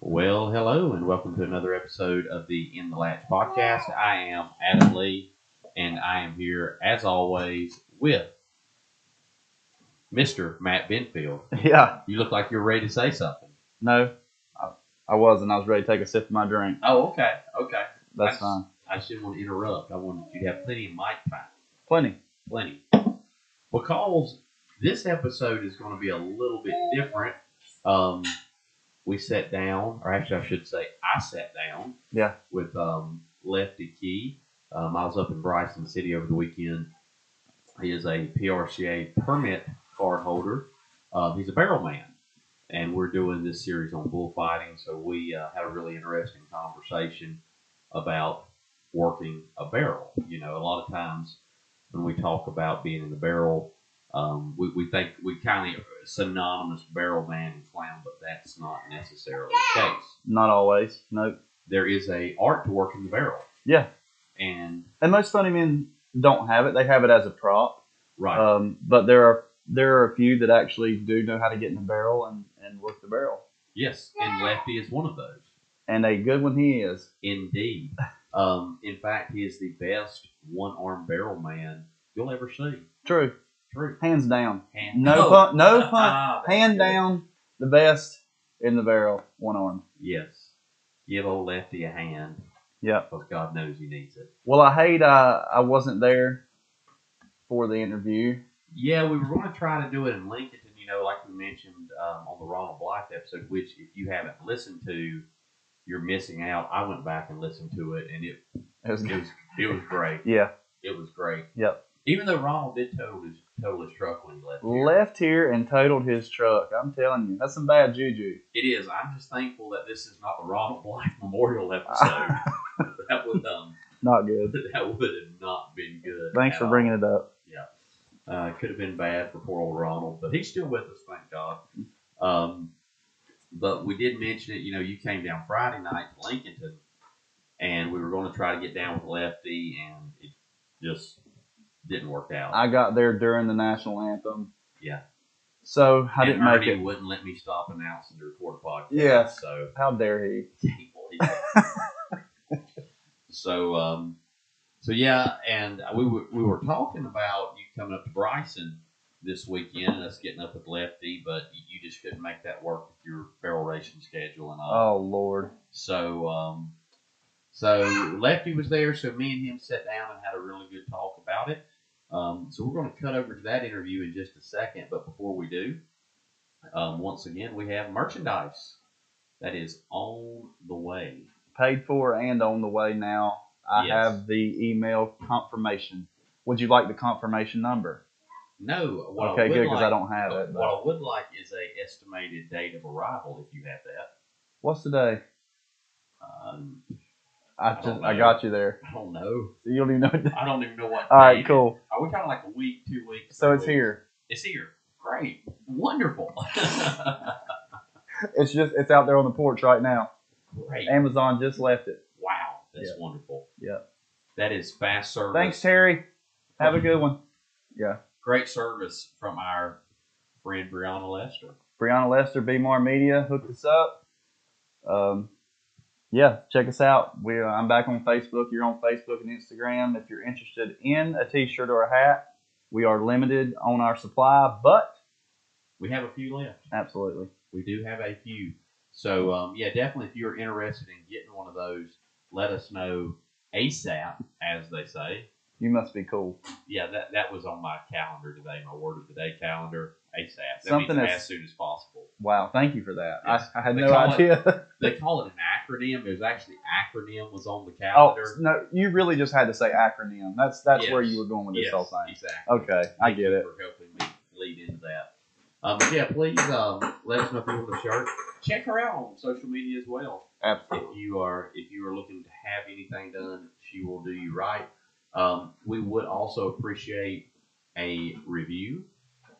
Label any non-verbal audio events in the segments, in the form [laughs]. Well, hello, and welcome to another episode of the In the Latch podcast. I am Adam Lee, and I am here, as always, with Mr. Matt Benfield. [laughs] Yeah, You look like you're ready to say something. no, I, I was, and I was ready to take a sip of my drink. Oh, okay, okay. That's Nice. fine. I shouldn't want to interrupt. I wanted you to have plenty of mic time. Plenty. plenty. Because this episode is going to be a little bit different. Um, we sat down, or actually, I should say, I sat down. Yeah. With um, Lefty Key. Um, I was up in Bryson City over the weekend. He is a PRCA permit card holder. Um, he's a barrel man. And we're doing this series on bullfighting. So we uh, had a really interesting conversation about working a barrel. You know, a lot of times when we talk about being in the barrel, um, we, we think we kind of synonymous barrel man and clown, but that's not necessarily the case. Not always. Nope. There is a art to working the barrel, Yeah, and and most funny men don't have it. They have it as a prop. right, Um, but there are there are a few that actually do know how to get in the barrel and, and work the barrel. yes, and Lefty is one of those. And a good one he is. Indeed. Um, in fact, he is the best one armed barrel man you'll ever see. True. True. Hands down. Hand- No Oh, pun. No [laughs] ah, pun. ah, that's Hand good. down. The best in the barrel. One arm. Yes. Give old Lefty a hand Yep. because God knows he needs it. Well, I hate uh, I wasn't there for the interview. Yeah, we were going to try to do it in Lincoln, you know, like we mentioned um, on the Ronald Blythe episode, which if you haven't listened to, you're missing out. I went back and listened to it, and it, [laughs] It was it good. was it was great. Yeah. It was great. Yep. Even though Ronald did total his total his truck when he left. here. Left here and totaled his truck. I'm telling you, that's some bad juju. It is. I'm just thankful that this is not the Ronald [laughs] Blythe Memorial episode. [laughs] that would um Not good. that would have not been good. Thanks at for all. bringing it up. Uh, could have been bad for poor old Ronald, but he's still with us, thank God. Um, but we did mention it. You know, you came down Friday night to Lincolnton, and we were going to try to get down with Lefty, and it just didn't work out. I got there during the national anthem, yeah, so I and didn't make Ernie it. wouldn't let me stop announcing the record podcast. Yeah. so How dare he? so um, so yeah, and we were, we were talking about you coming up to Bryson this weekend and us getting up with Lefty, but you just couldn't make that work with your barrel racing schedule and all. Oh Lord. So, um, so Lefty was there. So me and him sat down and had a really good talk about it. Um, so we're going to cut over to that interview in just a second. But before we do, um, once again, we have merchandise that is on the way. Paid for and on the way now. I Yes. have the email confirmation. Would you like the confirmation number? No, what I Okay, would good because like, I don't have it. What But I would like is a estimated date of arrival if you have that. what's today? Um, I I just don't I know. got you there. I don't know. You don't even know. [laughs] What I don't even know what. All right, date. cool. Are we talking like a week, two weeks? So three it's weeks? here. It's here. Great. Wonderful. [laughs] It's just it's out there on the porch right now. Great. Amazon just left it. Wow, that's Yeah. wonderful. Yeah. That is fast service. Thanks, Terry. Have a good one. Yeah. Great service from our friend Brianna Lester. Brianna Lester, Be More Media, hooked us up. Um, yeah, check us out. We uh, I'm back on Facebook. You're on Facebook and Instagram. If you're interested in a T-shirt or a hat, we are limited on our supply, but We have a few left. absolutely. We do have a few. So um, yeah, definitely if you're interested in getting one of those, let us know ASAP, as they say. You must be cool. Yeah, that, that was on my calendar today, my word of the day calendar. ASAP. That Something means that's- as soon as possible. Wow, thank you for that. Yes. I, I had They no call it idea. They call it an acronym. It was actually acronym was on the [laughs] oh calendar. no, you really just had to say acronym. That's that's where Yes. you were going with this yes, whole thing. Oh, exactly. Okay, I Thank get you it. For helping me lead into that. Um, but yeah, please um, let us know if you want a shirt. Check her out on social media as well. If Absolutely. you are if you are looking to have anything done, she will do you right. Um, we would also appreciate a review,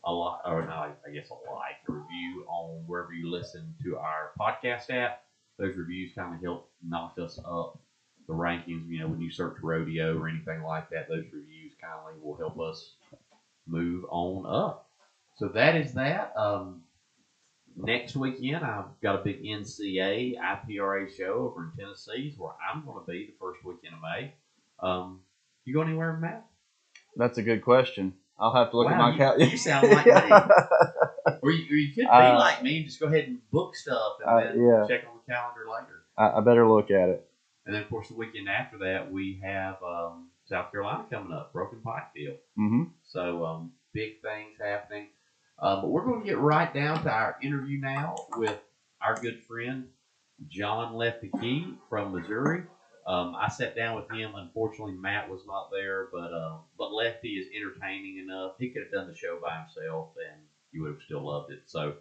a lot or not, I guess a like, a review on wherever you listen to our podcast at. Those reviews kind of help knock us up the rankings. You know, when you search rodeo or anything like that, those reviews kindly will help us move on up. So that is that. Um, Next weekend, I've got a big NCA IPRA show over in Tennessee where I'm going to be the first weekend of May. Um, you go anywhere, Matt? That's a good question. I'll have to look Wow, at my you- calendar. [laughs] you sound like me. Or you, or you could be Uh, like me and just go ahead and book stuff uh, and then yeah. check on the calendar later. I, I better look at it. And then, of course, the weekend after that, we have um, South Carolina coming up, Broken Pike Field. hmm So um, big things happening. Uh, but we're going to get right down to our interview now with our good friend John Lefty Key from Missouri. Um, I sat down with him. Unfortunately, Matt was not there, but uh, but Lefty is entertaining enough. He could have done the show by himself, and you would have still loved it. So,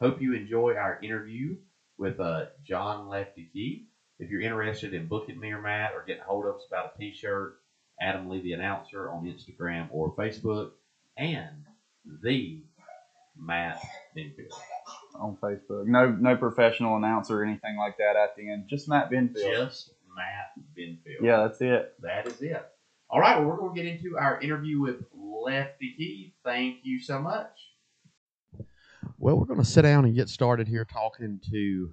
hope you enjoy our interview with uh, John Lefty Key. If you're interested in booking me or Matt or getting hold of us about a T-shirt, Adam Lee the announcer on Instagram or Facebook, and the Matt Benfield. On Facebook. No no professional announcer or anything like that at the end. Just Matt Benfield. Just Matt Benfield. Yeah, that's it. That is it. All right, well, we're going to get into our interview with Lefty Key. Thank you so much. Well, we're going to sit down and get started here talking to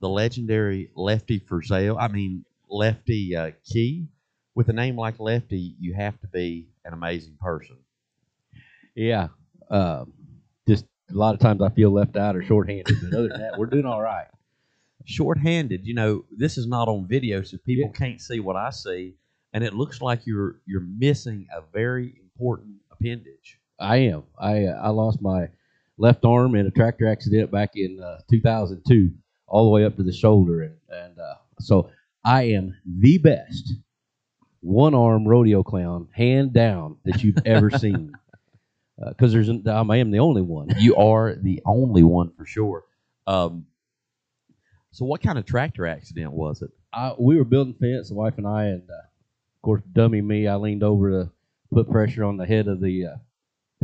the legendary Lefty Frizzell. I mean, Lefty uh, Key. With a name like Lefty, you have to be an amazing person. Yeah. Um, just a lot of times I feel left out or shorthanded, but other than that, we're doing all right. shorthanded. You know, this is not on video, so people Yeah. can't see what I see, and it looks like you're you're missing a very important appendage. I am. I uh, I lost my left arm in a tractor accident back in uh, 2002, all the way up to the shoulder, and and uh, so I am the best one arm rodeo clown, hand down, that you've ever [laughs] seen. Because there's, an- um, I am the only one. You are the only one for sure. Um, so, what kind of tractor accident was it? I, we were building fence, the wife and I, and uh, of course, dummy me, I leaned over to put pressure on the head of the uh,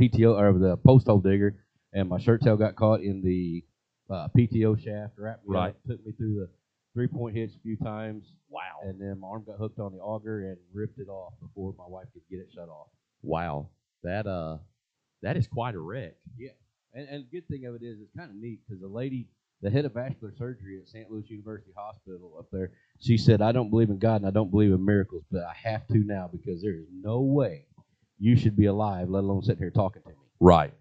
PTO or the post hole digger, and my shirt tail got caught in the uh, PTO shaft, wrapped me Right. up, took me through the three point hitch a few times, Wow, and then my arm got hooked on the auger and ripped it off before my wife could get it shut off. wow, that uh, that is quite a wreck. And, and the good thing of it is, it's kind of neat because the lady, the head of vascular surgery at St. Louis University Hospital up there, she said, I don't believe in God and I don't believe in miracles, but I have to now because there is no way you should be alive, let alone sitting here talking to me. Right.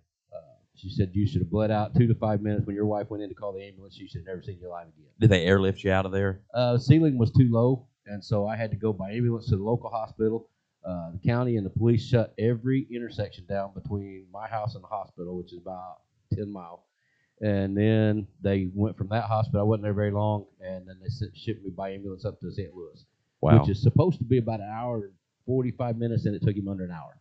She said, You should have bled out two to five minutes when your wife went in to call the ambulance. You should have never seen you alive again. Did they airlift you out of there? Uh, ceiling was too low, and so I had to go by ambulance to the local hospital. Uh, the county and the police shut every intersection down between my house and the hospital, which is about 10 mile. And then they went from that hospital. I wasn't there very long, and then they sent, shipped me by ambulance up to St. Louis, which is supposed to be about an hour and 45 minutes, and it took him under an hour.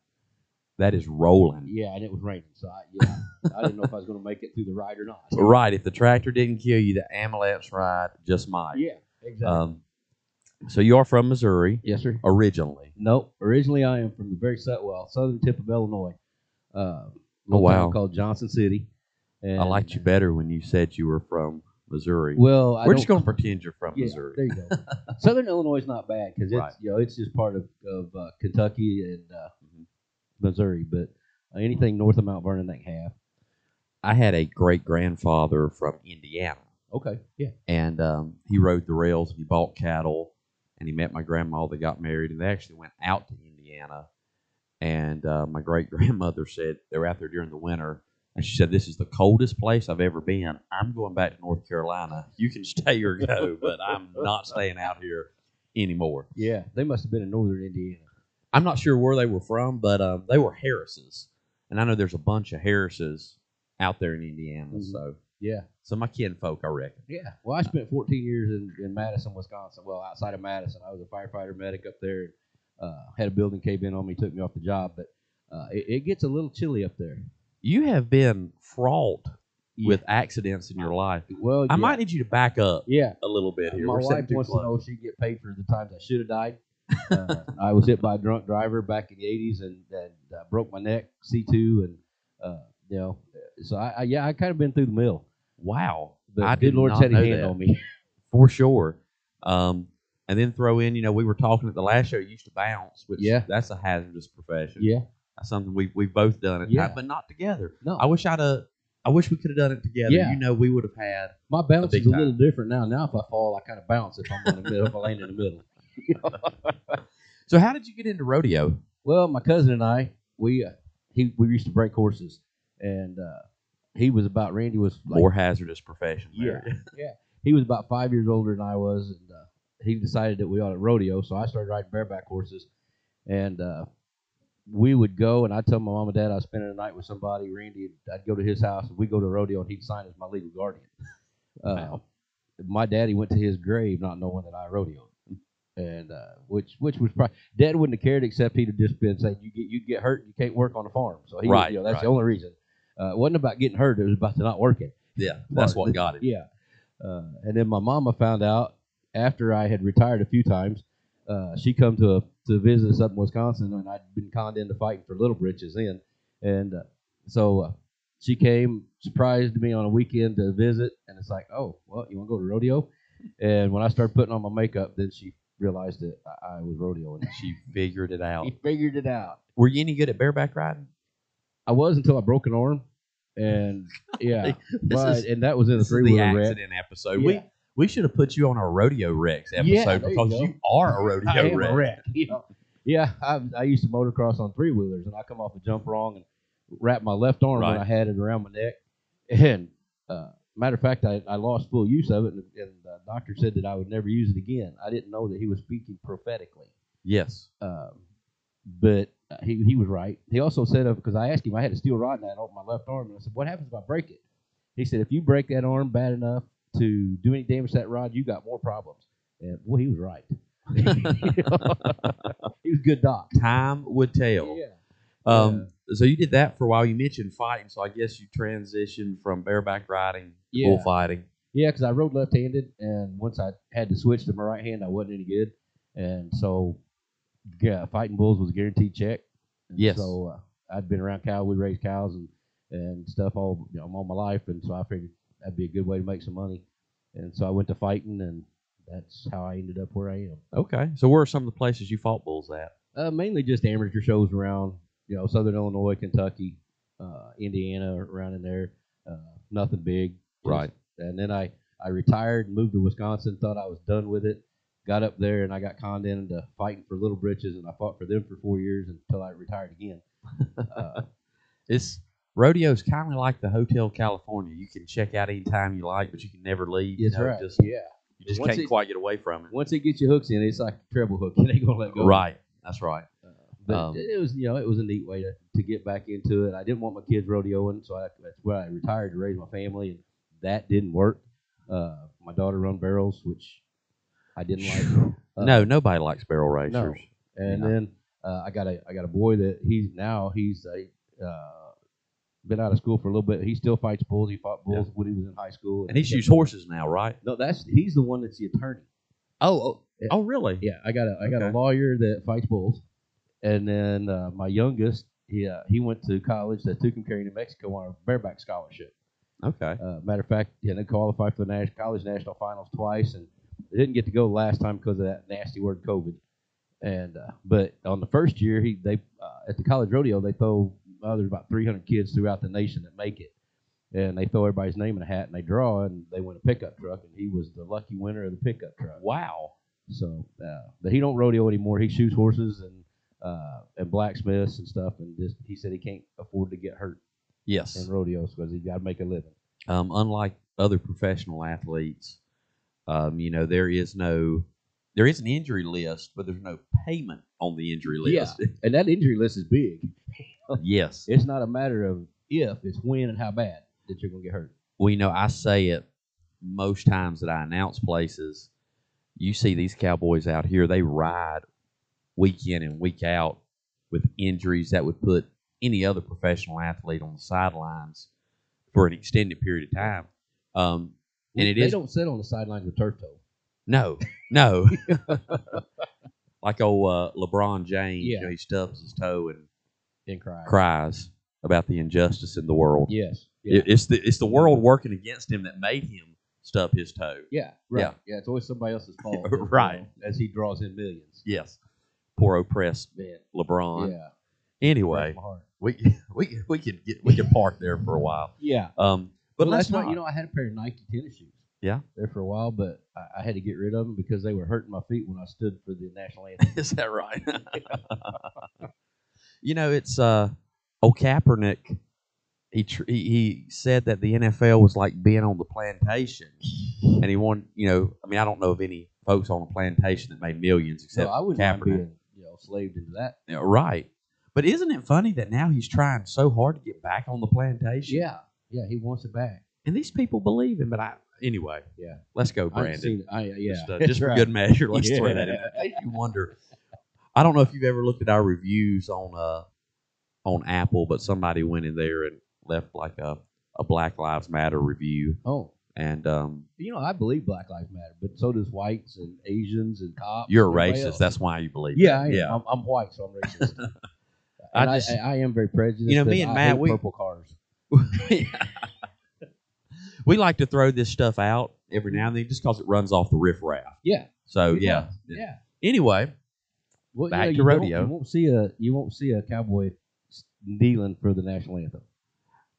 that is rolling. Yeah, and it was raining, so I, yeah, I didn't know if I was going to make it through the ride or not. Right. If the tractor didn't kill you, the ambulance ride just might. Yeah, exactly. Um, so you are from Missouri yes, sir. originally. Nope. Originally, I am from the very south, well, southern tip of Illinois. Uh, Oh, little wow. town called Johnson City. And, I liked you better when you said you were from Missouri. Well, I We're just don't- going to pretend you're from yeah, There Missouri. [laughs] you go. southern Illinois is not bad because it's Right. you know it's just part of of uh, Kentucky and uh, Mhm. Missouri, but uh, anything north of Mount Vernon they can have. I had a great grandfather from Indiana, Okay. Yeah. and um, he rode the rails and he bought cattle, and he met my grandma. They got married, and they actually went out to Indiana. And uh, my great [laughs] grandmother said they were out there during the winter, and she said, "This is the coldest place I've ever been. I'm going back to North Carolina. You can stay or go, but I'm not staying out here anymore." Yeah. They must have been in northern Indiana. I'm not sure where they were from, but um, they were Harrises, and I know there's a bunch of Harrises out there in Indiana. Mhm. So, Yeah. some of my kinfolk, I reckon. Yeah. Well, I spent 14 years in, in Madison, Wisconsin. Well, outside of Madison, I was a firefighter medic up there. Uh, had a building cave in on me, took me off the job, but uh, it, it gets a little chilly up there. You have been fraught Yeah. with accidents in your life. Well, I yeah. might need you to back up Yeah. a little bit here. My We're wife sitting too wants to close. know if she can get paid for the times I should [laughs] have died. Uh, I was hit by a drunk driver back in the '80s and, and uh, broke my neck, C2, and uh, you know, so I, I yeah, I kind of been through the mill. Wow, The I good did Lord's not had a know hand that. on me. [laughs] for sure. Um, and then throw in, you know, we were talking at the last show. You used to bounce, which Yeah. that's a hazardous profession. yeah. that's something we we've both done at Yeah. times, but not together. No. I wish I'd have I wish we could have done it together. Yeah. You know, we would have had. My bounce big is a little different now. Now if I fall, I kind of bounce if I'm in the middle, if I land in the middle. So, how did you get into rodeo? Well, my cousin and I, we uh, he we used to break horses, and uh, he was about Randy was like More hazardous profession. there. yeah. He was about five years older than I was, and uh, he decided that we ought to rodeo. So I started riding bareback horses, and uh, we would go. And I'd tell my mom and dad I was spending the night with somebody. Randy, I'd go to his house, and we'd go to a rodeo, and he'd sign as my legal guardian. [laughs] Uh, Wow. My daddy went to his grave not knowing that I rodeoed, and uh, which which was probably dad wouldn't have cared except he'd have just been saying you get you get hurt, you can't work on the farm. So he, was- Right, you know, that's the right. only reason. Uh, it wasn't about getting hurt; it was about not working. [laughs] Yeah, that's Well, what got it. Yeah. Uh, and then my mama found out after I had retired a few times. Uh, she come to to visit us up in Wisconsin, and I'd been conned into fighting for little britches then, and uh, so uh, she came surprised me on a weekend to visit, and it's like, oh, well, you want to go to rodeo? And when I started putting on my makeup, then she realized that I, I was rodeoing. [laughs] She figured it out. She figured it out. Were you any good at bareback riding? I was until I broke an arm, and yeah, [laughs] This but is and that was in a this is three the wheeler wreck. accident episode. We Yeah. we should have put you on our rodeo Rex Yeah, episode there you because go. you, are a rodeo I am Rex. a wreck. [laughs] Yeah, yeah I, I used to motocross on three wheelers, and I come off a jump wrong and wrap my left arm Right. when I had it around my neck. And uh, matter of fact, I, I lost full use of it, and, and the doctor said that I would never use it again. I didn't know that he was speaking prophetically, Yes. um, but uh, he he was right. He also said because I asked him, I had a steel rod and I opened my left arm, and I said, "What happens if I break it?" He said, "If you break that arm bad enough to do any damage to that rod, you got more problems." And well, he was right. [laughs] He was a good doc. Time would tell. Yeah. Um, So you did that for a while. You mentioned fighting, so I guess you transitioned from bareback riding to Yeah. bullfighting. Yeah, because I rode left-handed, and once I had to switch to my right hand, I wasn't any good, and so yeah, fighting bulls was a guaranteed check. And Yes. So uh, I'd been around cow. We raised cows and and stuff all you know all my life, and so I figured that'd be a good way to make some money, and so I went to fighting, and that's how I ended up where I am. Okay. So where are some of the places you fought bulls at? Uh, mainly just amateur shows around, you know, Southern Illinois, Kentucky, uh, Indiana, around in there. Uh, nothing big, just- Right. And then I I retired and moved to Wisconsin. Thought I was done with it. Got up there and I got conned into fighting for little britches, and I fought for them for four years until I retired [laughs] again. Uh, It's rodeo's kind of like the Hotel California. You can check out anytime you like, but you can never leave. you that's know, right. Just, yeah. you just Once can't it- quite get away from it. Once it gets your hooks in, it's like a treble hook. [laughs] It ain't gonna let go. Right. That's right. Uh, but Um, it was, you know, it was a neat way to, to get back into it. I didn't want my kids rodeoing, so I, that's where I retired to raise my family, and that didn't work. Uh, my daughter run barrels, which I didn't [laughs] like. Uh, no, nobody likes barrel racers. and Yeah. then uh, I got a I got a boy that he's now he's a uh, been out of school for a little bit. He still fights bulls. He fought bulls when he was in high school, And he shoots horses now, right? No, that's he's the one that's the attorney. Oh, oh, oh, really? Yeah, I got a I got Okay. a lawyer that fights bulls, and then uh, my youngest, he uh, he went to college that Tucumcari, New Mexico, on a bareback scholarship. Okay. Uh, matter of fact, yeah, they qualified for the nas- college national finals twice, and they didn't get to go last time because of that nasty word COVID. And uh, but on the first year, he they uh, at the college rodeo they throw uh, there's about 300 kids throughout the nation that make it, and they throw everybody's name in a hat and they draw, and they win a pickup truck, and he was the lucky winner of the pickup truck. Wow. So, uh, but he don't rodeo anymore. He shoots horses and uh, and blacksmiths and stuff. And just he said he can't afford to get hurt Yes. in rodeos because he got to make a living. um, unlike other professional athletes, um, you know, there is no, there is an injury list, but there's no payment on the injury Yeah. list. [laughs] And that injury list is big. yes. It's not a matter of if, it's when and how bad that you're gonna get hurt. Well, you know, I say it most times that I announce places. You see these cowboys out here, they ride week in and week out with injuries that would put any other professional athlete on the sidelines for an extended period of time. Um, and it they is don't sit on the sidelines with turf toe. No, no. like old uh, LeBron James, you Yeah. know, he stubs his toe and And cry. cries about the injustice in the world. Yes. Yeah. It- it's the it's the world working against him that made him stub his toe. yeah. Right. Yeah. It's always somebody [laughs] else's fault. Right. As he draws in millions. Yes, poor oppressed Man. LeBron. Yeah. Anyway, Breaks my heart. we [laughs] we we could get we could park there for a while. Yeah. Um, but well, let's that's why not. you know I had a pair of Nike tennis shoes. Yeah. There for a while, but I, I had to get rid of them because they were hurting my feet when I stood for the [laughs] national anthem. Is that right? [laughs] you know, it's uh, O'Kaepernick. He, tr- he he said that the NFL was like being on the plantation, and he wanted you know. I mean, I don't know of any folks on a plantation that made millions So except I wouldn't mind Kaepernick. being you know slaved into that. Yeah, right. But isn't it funny that now he's trying so hard to get back on the plantation? Yeah. Yeah. He wants it back. And these people believe him. But I anyway. Yeah. Let's go, I ain't Brandon. seen it. I, yeah. Just, uh, [laughs] that's just for right. good [laughs] measure, let's throw that in. Yeah. I you wonder. I don't know if you've ever looked at our reviews on uh on Apple, but somebody went in there and left like a, a Black Lives Matter review, Oh, and um, you know I believe Black Lives Matter, but so does whites and Asians and cops. you're a and everybody racist. else. That's why you believe. yeah. I that. am. yeah. I'm, I'm white, so I'm racist. [laughs] And I I, just- I, I am very prejudiced. You know, me I and Matt, hate we- purple cars. [laughs] we like to throw this stuff out every now and then just because it runs off the riffraff. Yeah. So It yeah. does. Yeah. Anyway, Well, Back to you won't- rodeo. You won't see a you won't see a cowboy s- kneeling for the national anthem.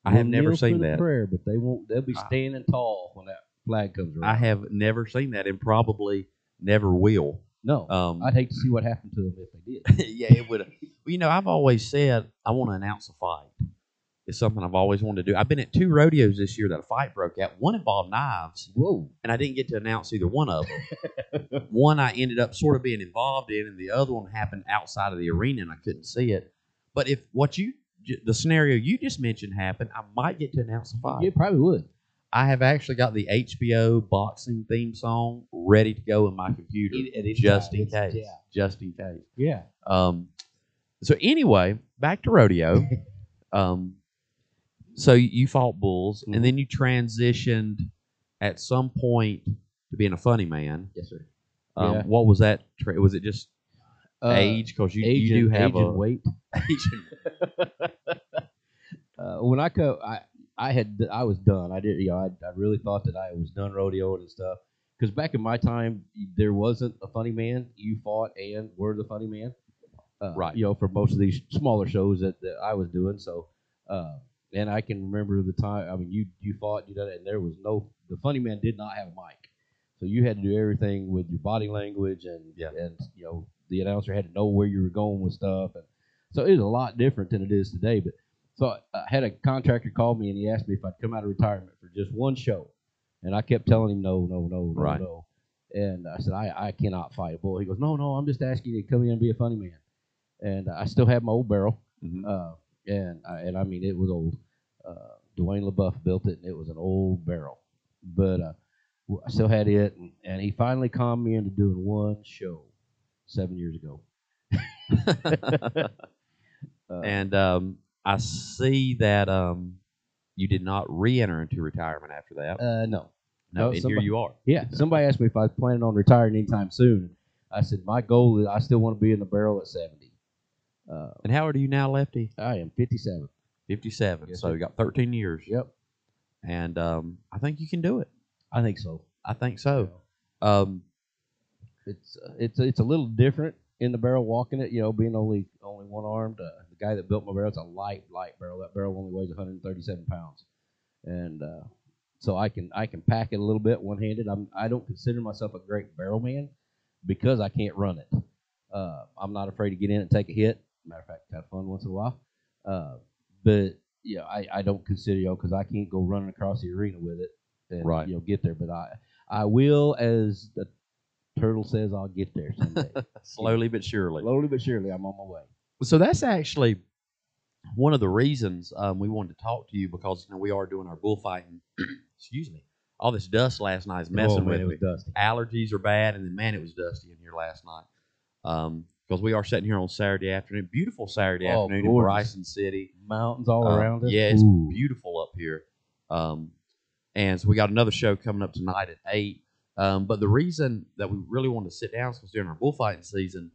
I have They'll never kneel for seen the that. prayer, but they won't. They'll be I- standing tall when that flag comes around. I have never seen that, and probably never will. no, Um, [laughs] I'd hate to see what happened to them if they did. yeah, it would. You know, I've always said I want to announce a fight. It's something I've always wanted to do. I've been at two rodeos this year that a fight broke out. One involved knives, [laughs] Whoa! and I didn't get to announce either one of them. one I ended up sort of being involved in, and the other one happened outside of the arena, and I couldn't see it. But if what you j- the scenario you just mentioned happened, I might get to announce a fight. You probably would. I have actually got the HBO boxing theme song ready to go in my computer, It- it is just right. in It's- case. yeah. Just in case. Yeah. Um, so anyway, back to [laughs] rodeo. um, so you fought bulls, Mm-hmm. and then you transitioned at some point to being a funny man. Yes, sir. Um, Yeah. What was that? Tra- was it just Uh, age? Because you, age you do and- have age a and weight. Asian- [laughs] Uh, when I co, I I had I was done. I did. You know, I, I really thought that I was done rodeoing and stuff. Because back in my time, there wasn't a funny man. You fought and were the funny man, uh, Right. You know, for most of these smaller shows that, that I was doing. So, uh, and I can remember the time. I mean, you you fought, you done it, and there was no the funny man did not have a mic, so you had to do everything with your body language and Yeah. and you know the announcer had to know where you were going with stuff, and so it was a lot different than it is today. But so I had a contractor call me and he asked me if I'd come out of retirement for just one show. And I kept telling him no, no, no, no, Right. no. And I said, I, I cannot fight a bull. He goes, No, no, I'm just asking you to come in and be a funny man. And I still had my old barrel. Mhm. Uh, and I, and I mean it was old. Uh, Dwayne LaBeouf built it and it was an old barrel. But uh, w- I still had it and, and he finally calmed me into doing one show seven years ago. [laughs] [laughs] Uh, and um, I see that um, you did not re-enter into retirement after that. uh, no. no, no, and here somebody- you are. Yeah, somebody asked me if I was planning on retiring anytime soon. I said my goal is I still want to be in the barrel at seventy. Uh, And how old are you now, Lefty? I am fifty-seven. Fifty-seven. Yes, so sir. you got thirteen years, Yep, and um, I think you can do it. I think so. I think so. Um, It's uh, it's it's a little different in the barrel walking it. You know, being only only one armed. Uh, the guy that built my barrel, it's a light light barrel. That barrel only weighs one hundred thirty-seven pounds, and uh, so I can I can pack it a little bit one-handed. I'm I don't consider myself a great barrel man because I can't run it. Uh, I'm not afraid to get in and take a hit. Matter of fact, have fun once in a while. Uh, but you know, I, I don't consider you because I can't go running across the arena with it and Right. you know get there. But I I will, as the turtle says, I'll get there someday. slowly but surely. [laughs] Slowly but surely, I'm on my way. So that's actually one of the reasons um, we wanted to talk to you because you know we are doing our bullfighting. [clears throat] Excuse me. All this dust last night is messing Oh, man, with it me. was dusty. Allergies are bad, and then man, it was dusty in here last night. Because we are sitting here on Saturday afternoon, beautiful Saturday Oh, afternoon in gorgeous. Bryson City. Mountains all Uh, around us. Yeah, it's Ooh. beautiful up here. Um, and so we got another show coming up tonight at eight. Um, but the reason that we really wanted to sit down is because during our bullfighting season,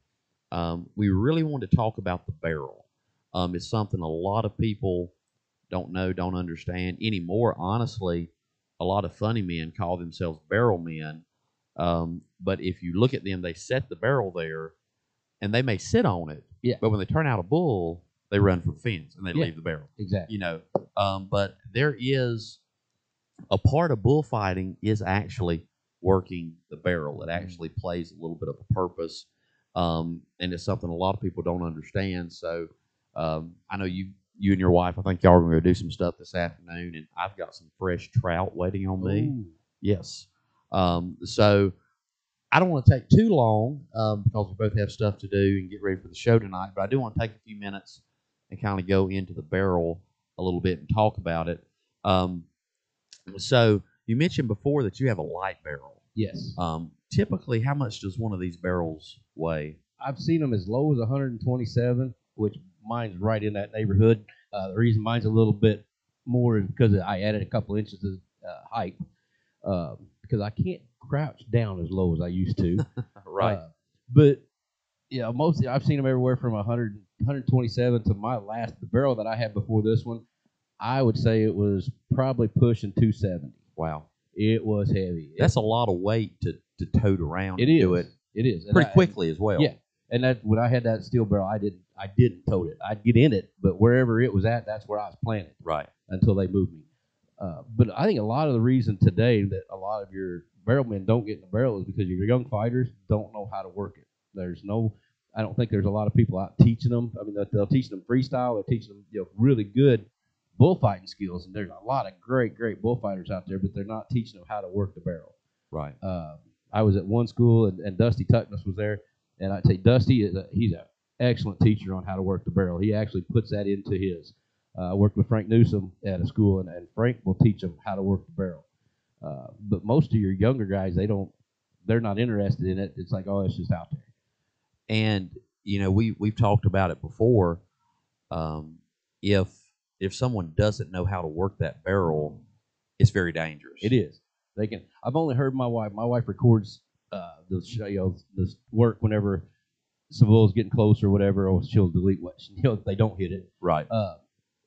um, we really wanted to talk about the barrel. Um, it's something a lot of people don't know, don't understand anymore. Honestly, a lot of funny men call themselves barrel men. Um, but if you look at them, they set the barrel there, and they may sit on it. Yeah. But when they turn out a bull, They run for the fence and they Yeah. leave the barrel. Exactly. You know, um, but there is a part of bullfighting is actually working the barrel. It actually plays a little bit of a purpose, um, and it's something a lot of people don't understand. So um, I know you, you and your wife. I think y'all are going to do some stuff this afternoon, and I've got some fresh trout waiting on me. Ooh. Yes. Um, so I don't want to take too long um, because we both have stuff to do and get ready for the show tonight, but I do want to take a few minutes and kind of go into the barrel a little bit and talk about it. Um, so you mentioned before that you have a light barrel. Yes. Um, typically, how much does one of these barrels weigh? I've seen them as low as 127, which mine's right in that neighborhood. Uh, the reason mine's a little bit more is because I added a couple inches of uh, height uh, because I can't crouch down as low as I [laughs] used to. Uh, but yeah, mostly I've seen them everywhere from 100, 127 to my last the barrel that I had before this one. I would say it was probably pushing 270. wow. It was heavy. That's a lot of weight to, to tote around. it and is. do it It is And pretty I- quickly as well. Yeah. And that when I had that steel barrel, I didn't I didn't tote it. I'd get in it, but wherever it was at, that's where I was planted Right. until they moved me. Uh, but I think a lot of the reason today that a lot of your barrel men don't get in the barrel is because your young fighters don't know how to work it. There's no, I don't think there's a lot of people out teaching them. I mean, they're, they're teaching them freestyle. They're teaching them you know, really good bullfighting skills, and there's a lot of great, great bullfighters out there, but they're not teaching them how to work the barrel Right. uh, I was at one school and, and Dusty Tuckness was there, and I'd say Dusty is a, he's an excellent teacher on how to work the barrel. He actually puts that into his. Uh, I worked with Frank Newsom at a school, and, and Frank will teach them how to work the barrel. Uh, but most of your younger guys, they don't, they're not interested in it. It's like, oh, it's just out there. and you know we we've talked about it before um, if if someone doesn't know how to work that barrel it's very dangerous It is. They can. I've only heard my wife. My wife records uh, the show, you know, this work whenever Seville's getting close or whatever, or she'll delete what she, [laughs] you know, if they don't hit it. right Uh,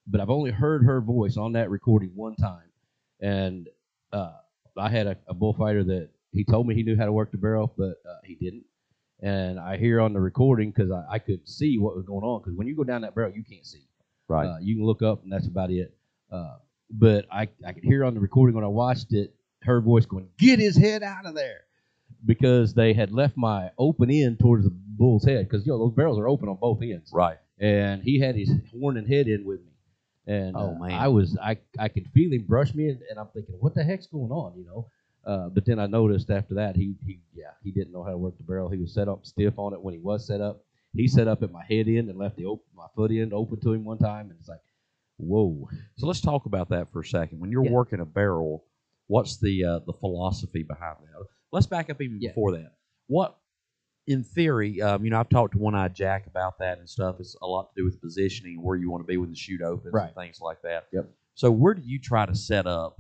but I've only heard her voice on that recording one time, and uh, I had a, a bullfighter that he told me he knew how to work the barrel, but uh, he didn't. And I hear on the recording because I, I could see what was going on because when you go down that barrel, you can't see. right Uh, you can look up, and that's about it. Uh, but I, I could hear on the recording when I watched it, her voice going, "Get his head out of there," because they had left my open end towards the bull's head because you know those barrels are open on both ends right and he had his horn and head in with me. And Oh, uh, man. I was I I could feel him brush me, and, and I'm thinking, what the heck's going on, you know? Uh, but then I noticed after that he he yeah he didn't know how to work the barrel. He was set up stiff on it when he was set up. He set up at my head end and left the op- my foot end open to him one time, and it's like, whoa. so let's talk about that for a second when you're Yeah. working a barrel what's the uh, the philosophy behind that let's back up even Yeah. before that what in theory um, you know i've talked to one-eyed jack about that and stuff it's a lot to do with positioning where you want to be when the shoot opens Right. and things like that Yep. so where do you try to set up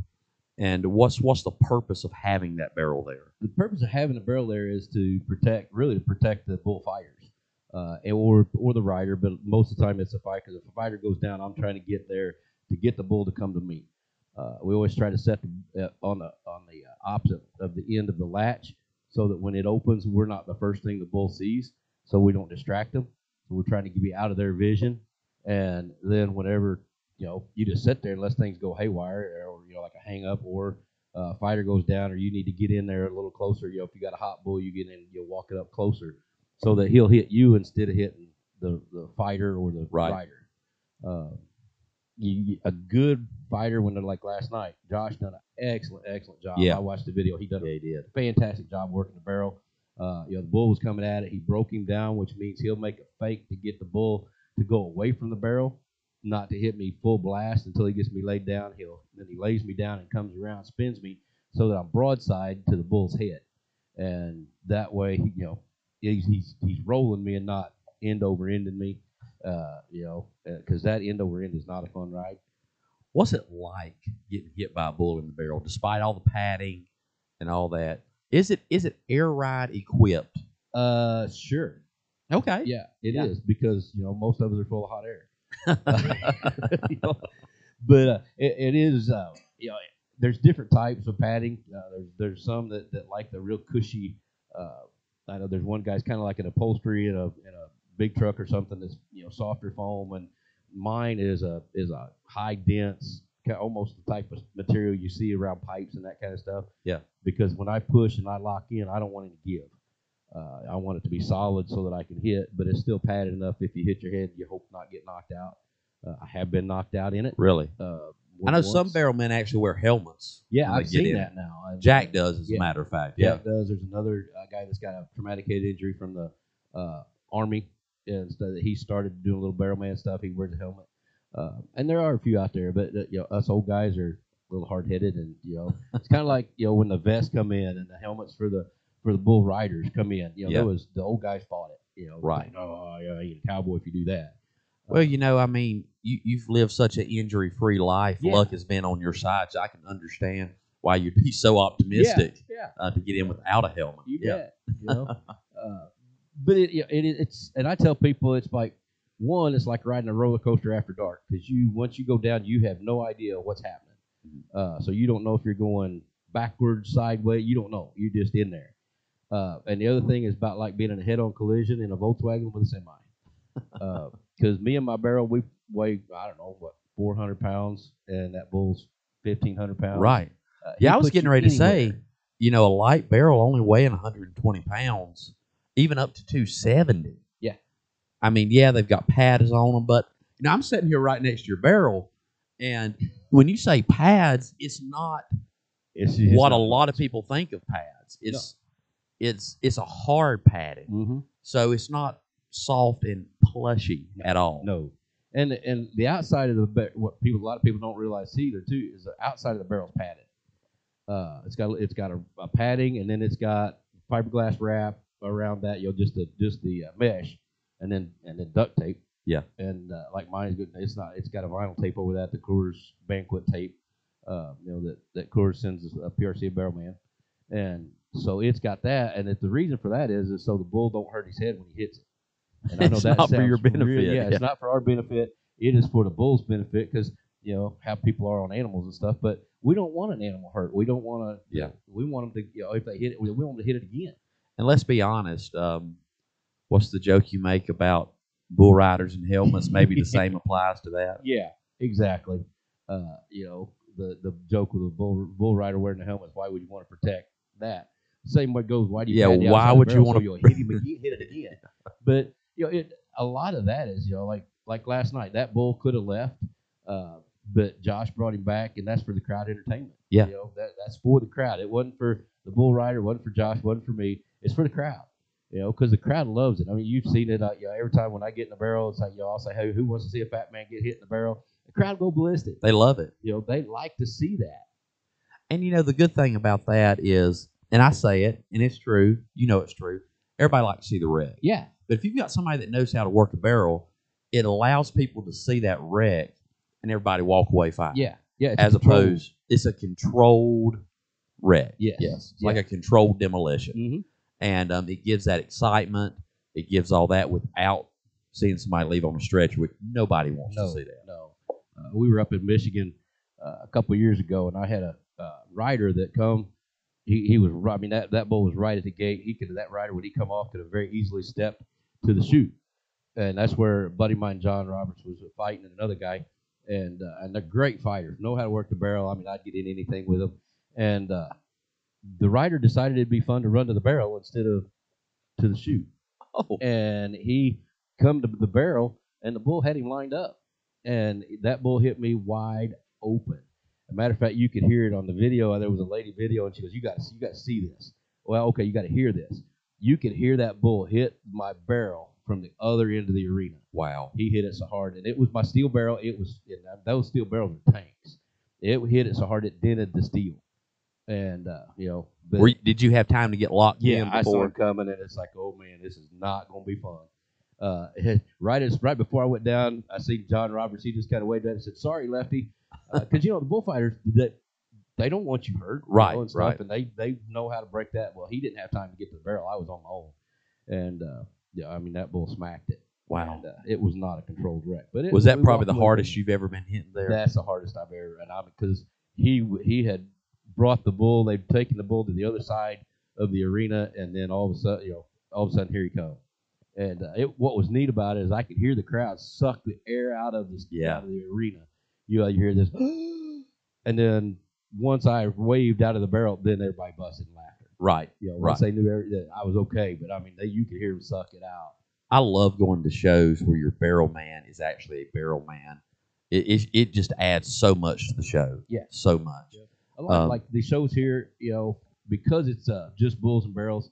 and what's what's the purpose of having that barrel there the purpose of having a barrel there is to protect, really to protect the bullfighters, uh, and- or or the rider. But most of the time, it's a fighter. Because if a fighter goes down, I'm trying to get there to get the bull to come to me. Uh, we always try to set the, uh, on the on the uh, opposite of the end of the latch, so that when it opens, we're not the first thing the bull sees, so we don't distract them. So we're trying to be out of their vision, and then whenever you know you just sit there unless things go haywire or you know like a hang up or uh, fighter goes down or you need to get in there a little closer. You know, if you got a hot bull, you get in, you walk it up closer so that he'll hit you instead of hitting the, the fighter or the Right. rider. Uh, you, you- a good fighter when they're like last night, Josh done an excellent, excellent job. Yeah. I watched the video. He done a he did. fantastic job working the barrel. Uh, you know, the bull was coming at it. He broke him down, which means he'll make a fake to get the bull to go away from the barrel, not to hit me full blast until he gets me laid down. He'll then he lays me down and comes around, spins me so that I'm broadside to the bull's head, and that way, he, you know, he's he's, he's rolling me and not end over ending me. Uh, you know, because that end over end is not a fun ride. What's it like getting hit by a bull in the barrel, despite all the padding and all that? Is it is it air ride equipped? Uh, sure. Okay. Yeah, it is Yeah. because you know most of us are full of hot [laughs] air. You know, But uh, it, it is uh, you know there's different types of padding. Uh, there's there's some that, that like the real cushy. Uh, I know there's one guy's kind of like an upholstery in a in a big truck or something that's you know softer foam and Mine is a is a high dense, ki- almost the type of material you see around pipes and that kind of stuff. Yeah. Because when I push and I lock in, I don't want it to give. Uh, I want it to be solid so that I can hit, but it's still padded enough. If you hit your head, you hope not get knocked out. Uh, I have been knocked out in it. Really, Uh, I know some once. barrel men actually wear helmets. Yeah, when they I've get seen in. that now. I- Jack does, as Yeah. a matter of fact. Jack Yeah, does. There's another uh, guy that's got a traumatic head injury from the uh, army, and so that he started doing a little barrel man stuff. He wears a helmet, uh, and there are a few out there, but uh, you know, us old guys are a little hard headed, and [laughs] you know, it's kind of like you know when the vests come in and the helmets for the for the bull riders come in. You know, Yeah. there was the old guys fought it. You know, Right. like, oh, yeah, you're a cowboy if you do that. Well, you know, I mean, you, you've lived such an injury free life. Yeah. Luck has been on your side, so I can understand why you'd be so optimistic Yeah. uh, to get in without a helmet. You yeah. bet. You know, uh, but it, it it's and I tell people it's like one, it's like riding a roller coaster after dark because you once you go down, you have no idea what's happening. Mm-hmm. Uh, so you don't know if you're going backwards, sideways. You don't know. You're just in there. Uh, and the other thing is about like being in a head-on collision in a Volkswagen with [laughs] a semi. Because me and my barrel, we weigh I don't know what 400 pounds, and that bull's 1500 pounds. Right. Uh, he Yeah, I was puts getting you ready to say, anywhere. you know, a light barrel only weighing 120 pounds, even up to 270. Yeah. I mean, yeah, they've got pads on them, but you know, I'm sitting here right next to your barrel, and when you say pads, it's not It's, what a lot of people think of pads. It's it's it's a hard padding, hmm so it's not soft and plushy at all. No. And and the outside of the ba- what people a lot of people don't realize either too is the outside of the barrel's padded. Uh, it's got it's got a, a padding and then it's got fiberglass wrap around that. You know, just the just the uh, mesh and then and then duct tape. Yeah. And uh, like mine's good. It's not. It's got a vinyl tape over that. The Coors banquet tape. Uh, you know that that Coors sends us a PRC barrel man, and so it's got that. And if the reason for that is is so the bull don't hurt his head when he hits it. And I know It's that not for your sounds real- benefit, yeah, yeah. it's not for our benefit. It is for the bull's benefit because you know how people are on animals and stuff. But we don't want an animal hurt. We don't want to. Yeah. We want them to. You know, if they hit it, we we want them to hit it again. And let's be honest, um, what's the joke you make about bull riders and helmets? Maybe the same [laughs] applies to that. Yeah, exactly. Uh, you know, the the joke with the bull bull rider wearing the helmet is why would you want to protect that? Same way goes. Why do you? Yeah, pad the why outside would barrel you so wanna- you'll hit him again? Hit it [laughs] again. But you know, it, a lot of that is you know like like last night that bull could have left, uh, but Josh brought him back, and that's for the crowd entertainment. Yeah. you know, that, that's for the crowd. It wasn't for the bull rider. It wasn't for Josh. It wasn't for me. It's for the crowd. You know, because the crowd loves it. I mean, you've seen it. Uh, you know, every time when I get in the barrel, it's like you know, I'll say, "Hey, who wants to see a fat man get hit in the barrel?" The crowd go ballistic. They love it. You know, they like to see that. And you know, the good thing about that is, and I say it, and it's true, you know it's true, everybody likes to see the wreck. Yeah, But if you've got somebody that knows how to work a barrel, it allows people to see that wreck and everybody walk away fine. yeah, yeah. it's As controlled. opposed, it's a controlled wreck. Yes. It's like a controlled demolition. Mhm. And um, it gives that excitement. It gives all that without seeing somebody leave on a stretcher, which nobody wants no, to see that. No, uh, we were up in Michigan uh, a couple years ago, and I had a uh, rider that come. He, he was, ri- I mean, that, that bull was right at the gate. He could that rider when he come off could have very easily stepped to the chute, and that's where a buddy of mine, John Roberts, was fighting another guy, and uh, and they're great fighters, know how to work the barrel. I mean, I'd get in anything with them, and uh, the rider decided it'd be fun to run to the barrel instead of to the chute Oh, and he come to the barrel and the bull had him lined up and that bull hit me wide open a matter of fact you could hear it on the video there was a lady video and she goes you got to you got to see this well okay you got to hear this you could hear that bull hit my barrel from the other end of the arena wow. he hit it so hard, and it was my steel barrel. It was and that- those steel barrels are tanks. It hit it so hard it dented the steel, and uh, you know. But Were you- did you have time to get locked in yeah, I saw before? it coming, and it's like, oh man, this is not gonna be fun. Uh, [laughs] right as right before I went down, I seen John Roberts. He just kind of waved at it and said, "Sorry, Lefty," because you know the bullfighters that they don't want you hurt, you Right, know, and stuff, right. And they they know how to break that. Well, he didn't have time to get to the barrel. I was on my own, and uh, yeah, I mean that bull smacked it. wow. And, uh, it was not a controlled wreck, but it, Was that we probably walked the away hardest from you've ever been hit it. there? That's the hardest I've ever, and I because he he had brought the bull, they'd taken the bull to the other side of the arena, and then all of a sudden, you know, all of a sudden here he comes, And uh, it, what was neat about it is I could hear the crowd suck the air out of this Yeah. out of the arena. You know, you hear this, [gasps] and then once I waved out of the barrel, then everybody busted in laughter. Right. You know, once they knew every, that I was okay, but I mean, they, you could hear them suck it out. I love going to shows where your barrel man is actually a barrel man. It, it, it just adds so much to the show. Yeah. So much. Yeah. a lot Um, like the shows here, you know, because it's uh, just bulls and barrels.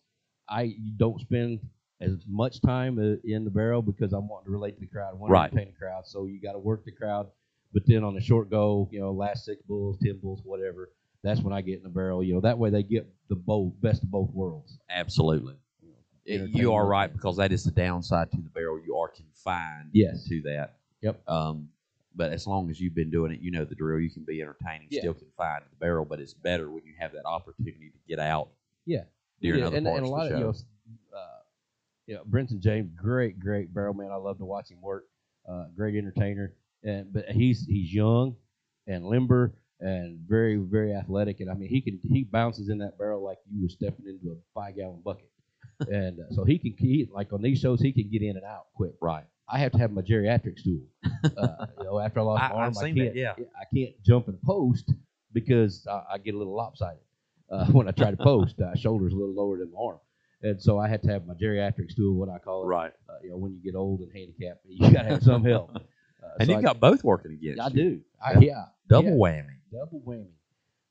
I don't spend as much time uh, in the barrel because I'm wanting to relate to the crowd, I want Right. to entertain the crowd. So you got to work the crowd. But then on the short go, you know, last six bulls, ten bulls, whatever. That's when I get in the barrel. You know, that way they get the both best of both worlds. Absolutely. It- you Entertainment. are right because that is the downside to the barrel. You are confined Yes. to that. Yep. Um, but as long as you've been doing it, you know the drill. You can be entertaining, Yeah. still confined to the barrel, but it's better when you have that opportunity to get out. Yeah. During yeah, other and, parts and a of lot the you show. know, s- uh, you know, Brenton James, great, great barrel man. I love to watch him work. Uh, great entertainer, and but he's he's young and limber and very very athletic, and I mean he can he bounces in that barrel like you were stepping into a five gallon [laughs] bucket, and uh, so he can he, like on these shows he can get in and out quick. right. I have to have my geriatric stool. Uh, you know, after I lost I- my arm, I've I seen can't. that, yeah. I can't jump and post because I, I get a little lopsided uh, [laughs] when I try to post. uh, shoulder's a little lower than my arm, and so I had to have my geriatric stool, what I call it. Right. Uh, you know, when you get old and handicapped, [laughs] you gotta have some help. Uh, And so you've I, got both working against I you. do. I, Yeah. yeah. Double Yeah. whammy. double whammy.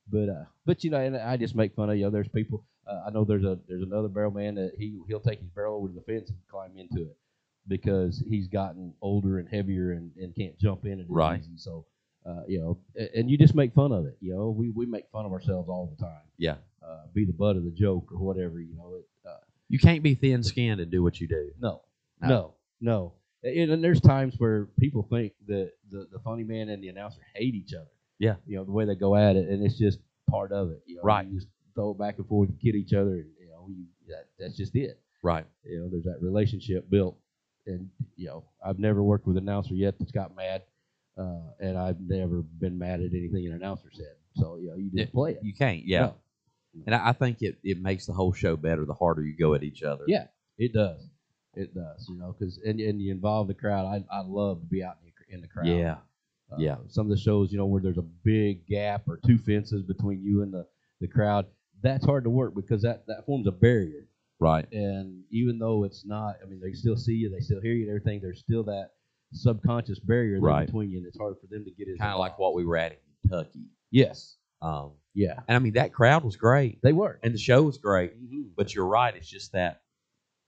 But uh, but you know, and I just make fun of you. know, There's people. Uh, I know there's a there's another barrel man that he he'll take his barrel over to the fence and climb into it because he's gotten older and heavier and, and can't jump in it as Right. easy. So uh, you know, a- and you just make fun of it. You know, we we make fun of ourselves all the time. Yeah. Uh, be the butt of the joke or whatever. You know, it, uh, You can't be thin skinned and do what you do. no, No. no, no. And, and there's times where people think that the, the funny man and the announcer hate each other. Yeah. You know, the way they go at it, and it's just part of it. You know, Right. You just throw it back and forth and kid each other, and, you know, you, that, that's just it. Right. You know, there's that relationship built. And, you know, I've never worked with an announcer yet that's got mad, uh, and I've never been mad at anything an announcer said. So, you know, you just Yeah, play it. You can't. Yeah. No, And I, I think it, it makes the whole show better the harder you go at each other. Yeah. it does. It does, you know, because, and, and you involve the crowd. I, I love to be out in the, in the crowd. Yeah. Uh, Yeah. Some of the shows, you know, where there's a big gap or two fences between you and the, the crowd, that's hard to work because that, that forms a barrier. Right. And even though it's not, I mean, they still see you, they still hear you and everything, there's still that subconscious barrier there Right. between you, and it's hard for them to get in. Kind of like what we were at in Kentucky. Yes. Um, Yeah. and I mean, that crowd was great They were. and the show was great. Mhm. But you're right. It's just that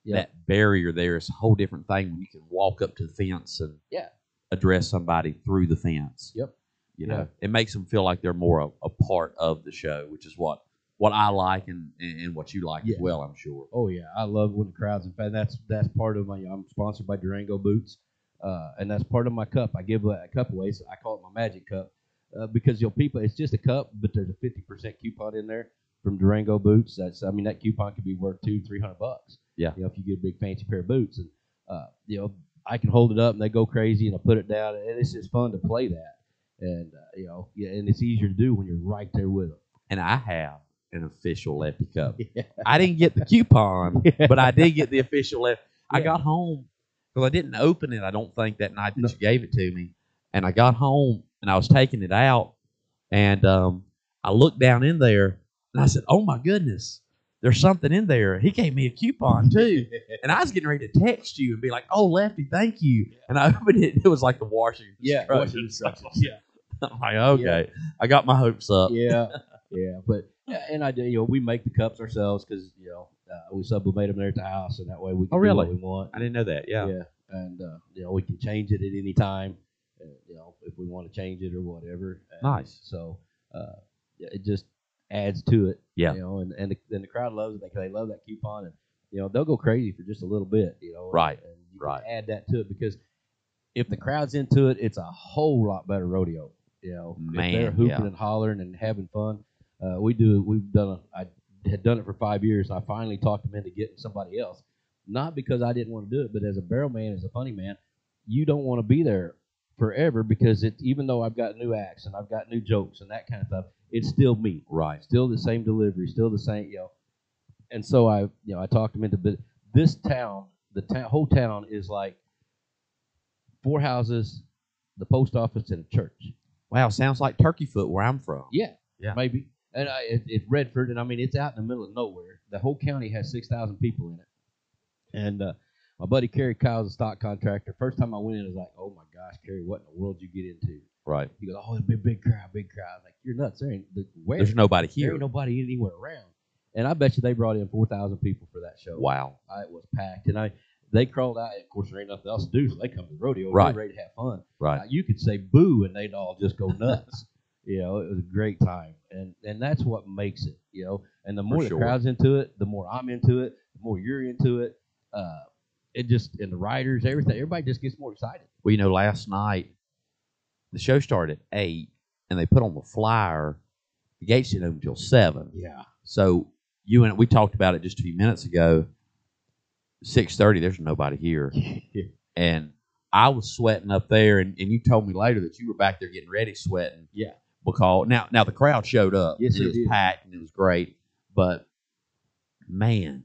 Yeah. that barrier there is a whole different thing when you can walk up to the fence and Yeah. address somebody through the fence. Yep. You know, Yeah. it makes them feel like they're more a, a part of the show, which is what what I like and, and, and what you like Yeah. as well, I'm sure. Oh yeah, I love when the crowds. In fact, that's that's part of my. I'm sponsored by Durango Boots, uh, and that's part of my cup. I give a, a cup away. So I call it my magic cup uh, because you'll people. It's just a cup, but there's a fifty percent coupon in there from Durango Boots. That's I mean that coupon could be worth two three hundred bucks. Yeah. you know if you get a big fancy pair of boots, and uh, you know I can hold it up and they go crazy, and I put it down, and it's just fun to play that. And uh, you know, yeah, and it's easier to do when you're right there with them. And I have an official Epi Cup. Yeah. I didn't get the [laughs] coupon, but I did get the official. F- I Yeah. got home because I didn't open it. I don't think that night that No. you gave it to me, and I got home and I was taking it out, and um, I looked down in there and I said, "Oh my goodness, there's something in there." He gave me a coupon too, [laughs] and I was getting ready to text you and be like, "Oh, Lefty, thank you." And I [laughs] opened it, and it was like the washing. Yeah, instructions. [laughs] washing instructions. Yeah. I'm like, okay, I got my hopes up. [laughs] yeah, yeah. But yeah, and I do. You know, we make the cups ourselves because you know uh, we sublimate them there at the house, and that way we can Oh, do really? what we want. I didn't know that. Yeah, Yeah, and uh, you know we can change it at any time. Uh, you know, if we want to change it or whatever. And Nice. So uh, yeah, it just adds to it. Yeah. You know, and and the, and the crowd loves it because they love that coupon, and you know they'll go crazy for just a little bit. You know. Right, And you right. Can add that to it because if the crowd's into it, it's a whole lot better rodeo. You know, Man, if they're hooping yeah. and hollering and having fun. Uh, we do. We've done. A, I had done it for five years. I finally talked them into getting somebody else, not because I didn't want to do it, but as a barrel man, as a funny man, you don't want to be there forever because it. Even though I've got new acts and I've got new jokes and that kind of stuff, it's still me right. still the same delivery, still the same, you know. And so I, you know, I talked him into, but this town, the ta- whole town is like four houses, the post office, and a church. Wow, sounds like Turkey Foot where I'm from. Yeah, Yeah. maybe. And I, it, it's Redford, and I mean it's out in the middle of nowhere. The whole county has six thousand people in it. And uh, my buddy Kerry Kyle's a stock contractor. First time I went in, I was like, "Oh my gosh, Kerry, what in the world did you get into?" Right. He goes, "Oh, it'll be a big crowd, big crowd." I was like, "You're nuts. There ain't the, where There's nobody there here. ain't nobody anywhere around." And I bet you they brought in four thousand people for that show. wow. I, it was packed, and I they crawled out. Of course, there ain't nothing else to do, so they come to the rodeo. Right. They're ready to have fun. Right. Uh, you could say boo, and they'd all just go nuts. [laughs] you know, it was a great time, and and that's what makes it. You know, and the more the sure. crowd's into it, the more I'm into it, the more you're into it. Uh, it just and the riders, everything, everybody just gets more excited. Well, you know, last night the show started at eight, and they put on the flyer. The gates didn't open till seven. Yeah, So you and we talked about it just a few minutes ago. Six thirty, there's nobody here, and I was sweating up there, and, and you told me later that you were back there getting ready, sweating. Yeah. Because now, now the crowd showed up. Yes, and it it was did. packed and it was great, but man,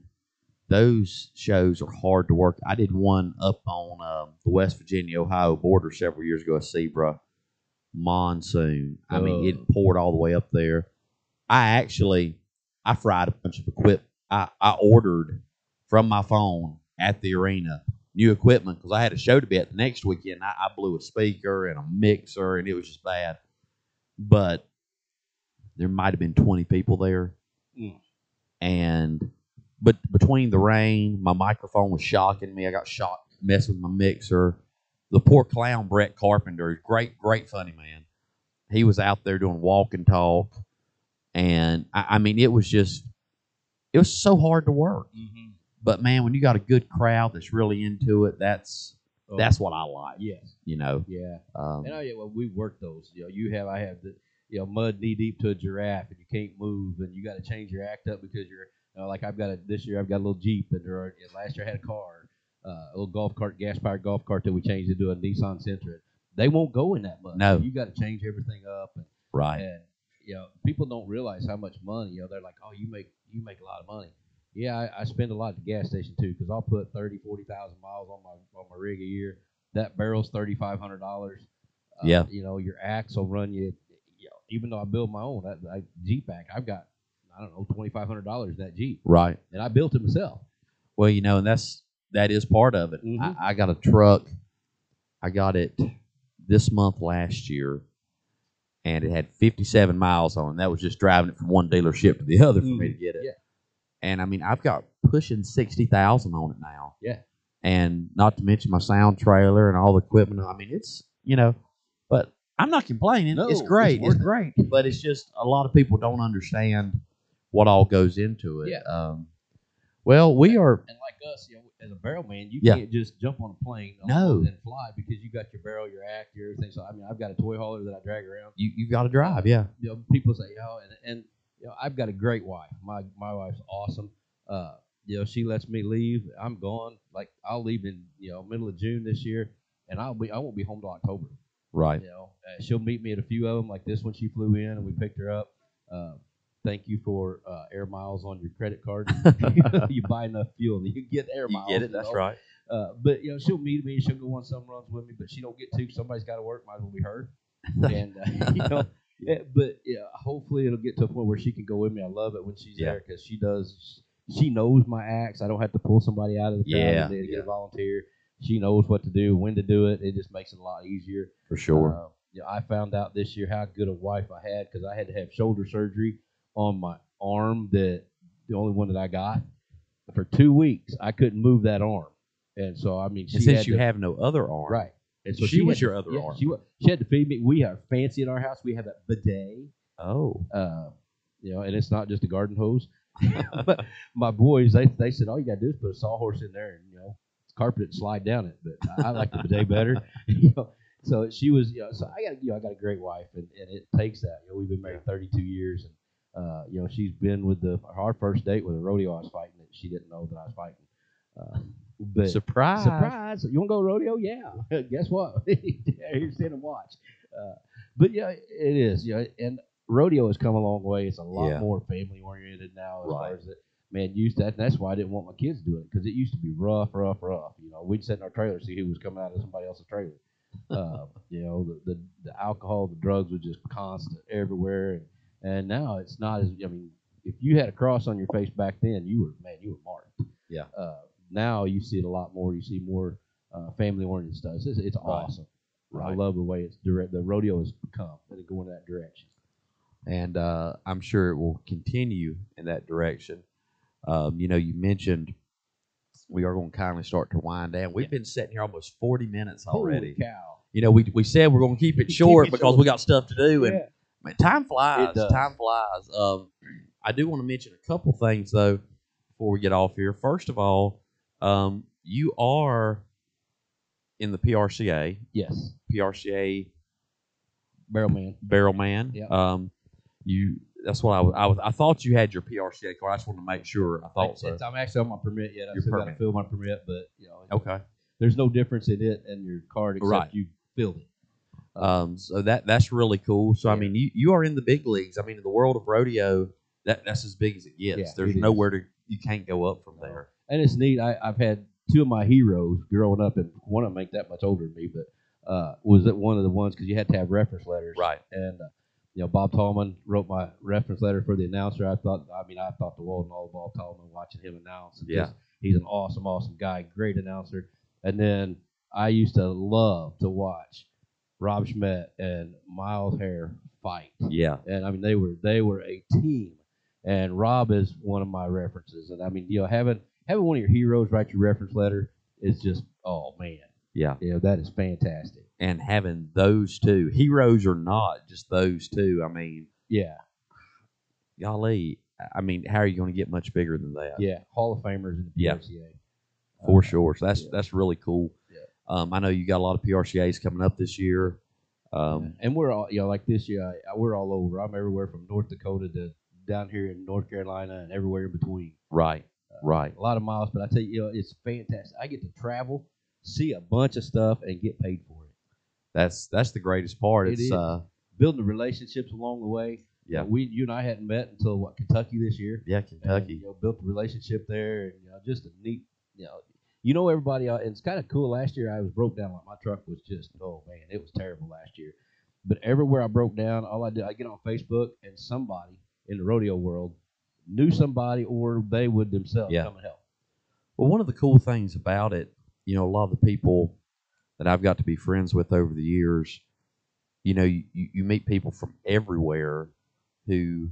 those shows are hard to work. I did one up on um, the West Virginia Ohio border several years ago at Zebra Monsoon. I mean, it poured all the way up there. I actually I fried a bunch of equipment. I, I ordered from my phone at the arena new equipment because I had a show to be at the next weekend. I, I blew a speaker and a mixer, and it was just bad. But there might have been twenty people there, Mm. and but between the rain, my microphone was shocking me. I got shocked messing with my mixer. The poor clown Brett Carpenter, great, great funny man. He was out there doing walk and talk, and I, I mean, it was just, it was so hard to work. Mm-hmm. But man, when you got a good crowd that's really into it, that's Oh, that's what I like. yes, You know, yeah. um, And I, yeah, well, we work those. You know, you have, I have the, you know, mud knee deep to a giraffe, and you can't move, and you got to change your act up because you're, you know, like I've got a this year, I've got a little jeep, and there are, and last year I had a car, uh, a little golf cart, gas powered golf cart that we changed into a Nissan Sentra. They won't go in that much. No. you got to change everything up, and, right? and you know, people don't realize how much money. You know, they're like, oh, you make you make a lot of money. Yeah, I, I spend a lot at the gas station too because I'll put thirty, forty thousand miles on my on my rig a year. That barrel's thirty five hundred dollars. Uh, Yeah. You know, your axe will run you. you know, even though I build my own, that I, Jeep axe, I've got I don't know twenty five hundred dollars in that Jeep, Right. and I built it myself. Well, you know, and that's that is part of it. Mhm. I, I got a truck. I got it this month last year, and it had 57 miles on. it. That was just driving it from one dealership to the other for me to get it. Mm-hmm. Yeah. And I mean, I've got pushing 60,000 on it now. Yeah. And not to mention my sound trailer and all the equipment. I mean, it's you know, but I'm not complaining. No, it's great. it's It's, worth it. great. But it's just a lot of people don't understand what all goes into it. Yeah. Um, well, we are And like us, you know, as a barrel man, you Yeah. can't just jump on a plane uh, No. and fly because you got your barrel, your act, your everything. So I mean, I've got a toy hauler that I drag around. you you got to drive. Yeah, you know, people say, you know, and, and you know, I've got a great wife. My my wife's awesome. Uh, you know, she lets me leave. I'm gone. Like I'll leave in you know middle of June this year, and I'll be I won't be home till October. right. You know, uh, she'll meet me at a few of them, like this one. She flew in and we picked her up. Uh, thank you for uh, air miles on your credit card. [laughs] you buy enough fuel, and you get air miles. you know? right. Uh, but you know, she'll meet me. She'll go on some runs with me, but she don't get to. Somebody's got to work. Might as well be [laughs] her. And uh, [laughs] you know, yeah, but yeah, hopefully it'll get to a point where she can go with me. I love it when she's Yeah. there because she does. She knows my acts. I don't have to pull somebody out of the crowd Yeah, and then yeah. get a volunteer. She knows what to do, when to do it. It just makes it a lot easier. For sure. Uh, you know, I found out this year how good a wife I had because I had to have shoulder surgery on my arm that the only one that I got for two weeks. I couldn't move that arm, and so I mean, she and since had you to, have no other arm, right. And She had was to- your other yeah, arm. She, wa- she had to feed me. We are fancy in our house. We have a bidet, [laughs] Oh, uh, you know, and it's not just a garden hose. but my boys, they, they said all you got to do is put a sawhorse in there and you know carpet it and slide down it. But I, I like the bidet better. [laughs] You know, so she was. You know, so I got you know I got a great wife, and, and it takes that. You know, we've been married 32 years, and uh, you know she's been with the our first date with a rodeo I was fighting, and she didn't know that I was fighting. Uh, but surprise! Surprise! You want to go rodeo? Yeah. [laughs] Guess what? Here, sit and watch. Uh, but yeah, it is. Yeah, and rodeo has come a long way. It's a lot Yeah. more family oriented now as Right. far as it. man, used that. That's why I didn't want my kids doing it because it used to be rough, rough, rough. You know, we'd sit in our trailer see who was coming out of somebody else's [laughs] trailer. Uh, you know, the, the the alcohol, the drugs were just constant everywhere, and and now it's not as. I mean, if you had a cross on your face back then, you were man, you were marked. Yeah. Uh, now you see it a lot more. You see more uh, family-oriented stuff. It's, it's Right. awesome. I Right. love the way it's direct. The rodeo has become and it's going that direction. and uh, I'm sure it will continue in that direction. Um, you know, you mentioned we are going to kindly start to wind down. We've been sitting here almost 40 minutes already. Holy cow! You know, we, we said we're going to keep it short it because short. we got stuff to do, and Yeah. man, time flies. It does. Time flies. Um, I do want to mention a couple things though before we get off here. First of all, um, you are in the PRCA, Yes, PRCA barrel man. barrel man. Yep. Um, you. That's what I was, I was. I thought you had your PRCA card. I just wanted to make sure. I thought so. It's- I'm actually on my permit yet. I Your still got to permit. fill my permit, but you know, Okay. there's no difference in it and your card except Right. you filled it. Um, so that that's really cool. So I Yeah. mean, you you are in the big leagues. I mean, in the world of rodeo, that that's as big as it gets. Yeah, There's it is. nowhere to you can't go up from No. there. and it's neat. I, I've had two of my heroes growing up, and one of them ain't that much older than me, but uh, was that one of the ones because you had to have reference letters, Right. And uh, you know, Bob Tallman wrote my reference letter for the announcer. I thought, I mean, I thought the world and all of Bob Tallman watching him announce. and Yeah. just- he's an awesome, awesome guy, great announcer. And then I used to love to watch Rob Schmidt and Miles Hare fight Yeah. and I mean they were they were a team. And Rob is one of my references, and I mean you know having having one of your heroes write your reference letter is just oh man, Yeah. you know that is fantastic. And having those two heroes or not, just those two. I mean, Yeah, golly. I mean, how are you going to get much bigger than that? yeah, Hall of Famers in the Yeah. PRCA. for Uh, sure. So that's yeah. that's really cool. Yeah. Um, I know you got a lot of PRCA's coming up this year. Um, and we're all you know like this year I, I- we're all over. I'm everywhere from North Dakota to down here in North Carolina and everywhere in between. Right, right. A lot of miles, but I tell you, you know, it's fantastic. I get to travel, see a bunch of stuff, and get paid for it. That's that's the greatest part. It It's is. uh, Building relationships along the way. Yeah. Uh, we you and I hadn't met until what Kentucky this year. yeah, And, Kentucky. you know, built a relationship there, and you know, just a neat, you know, you know everybody. Out, and it's kind of cool. Last year, I was broke down. Like my truck was just, oh man, it was terrible last year. But everywhere I broke down, all I did, I get on Facebook, and somebody in the rodeo world knew somebody, or they would themselves Yeah. come and help. Well, one of the cool things about it, you know, a lot of the people that I've got to be friends with over the years, you know, you, you you meet people from everywhere who,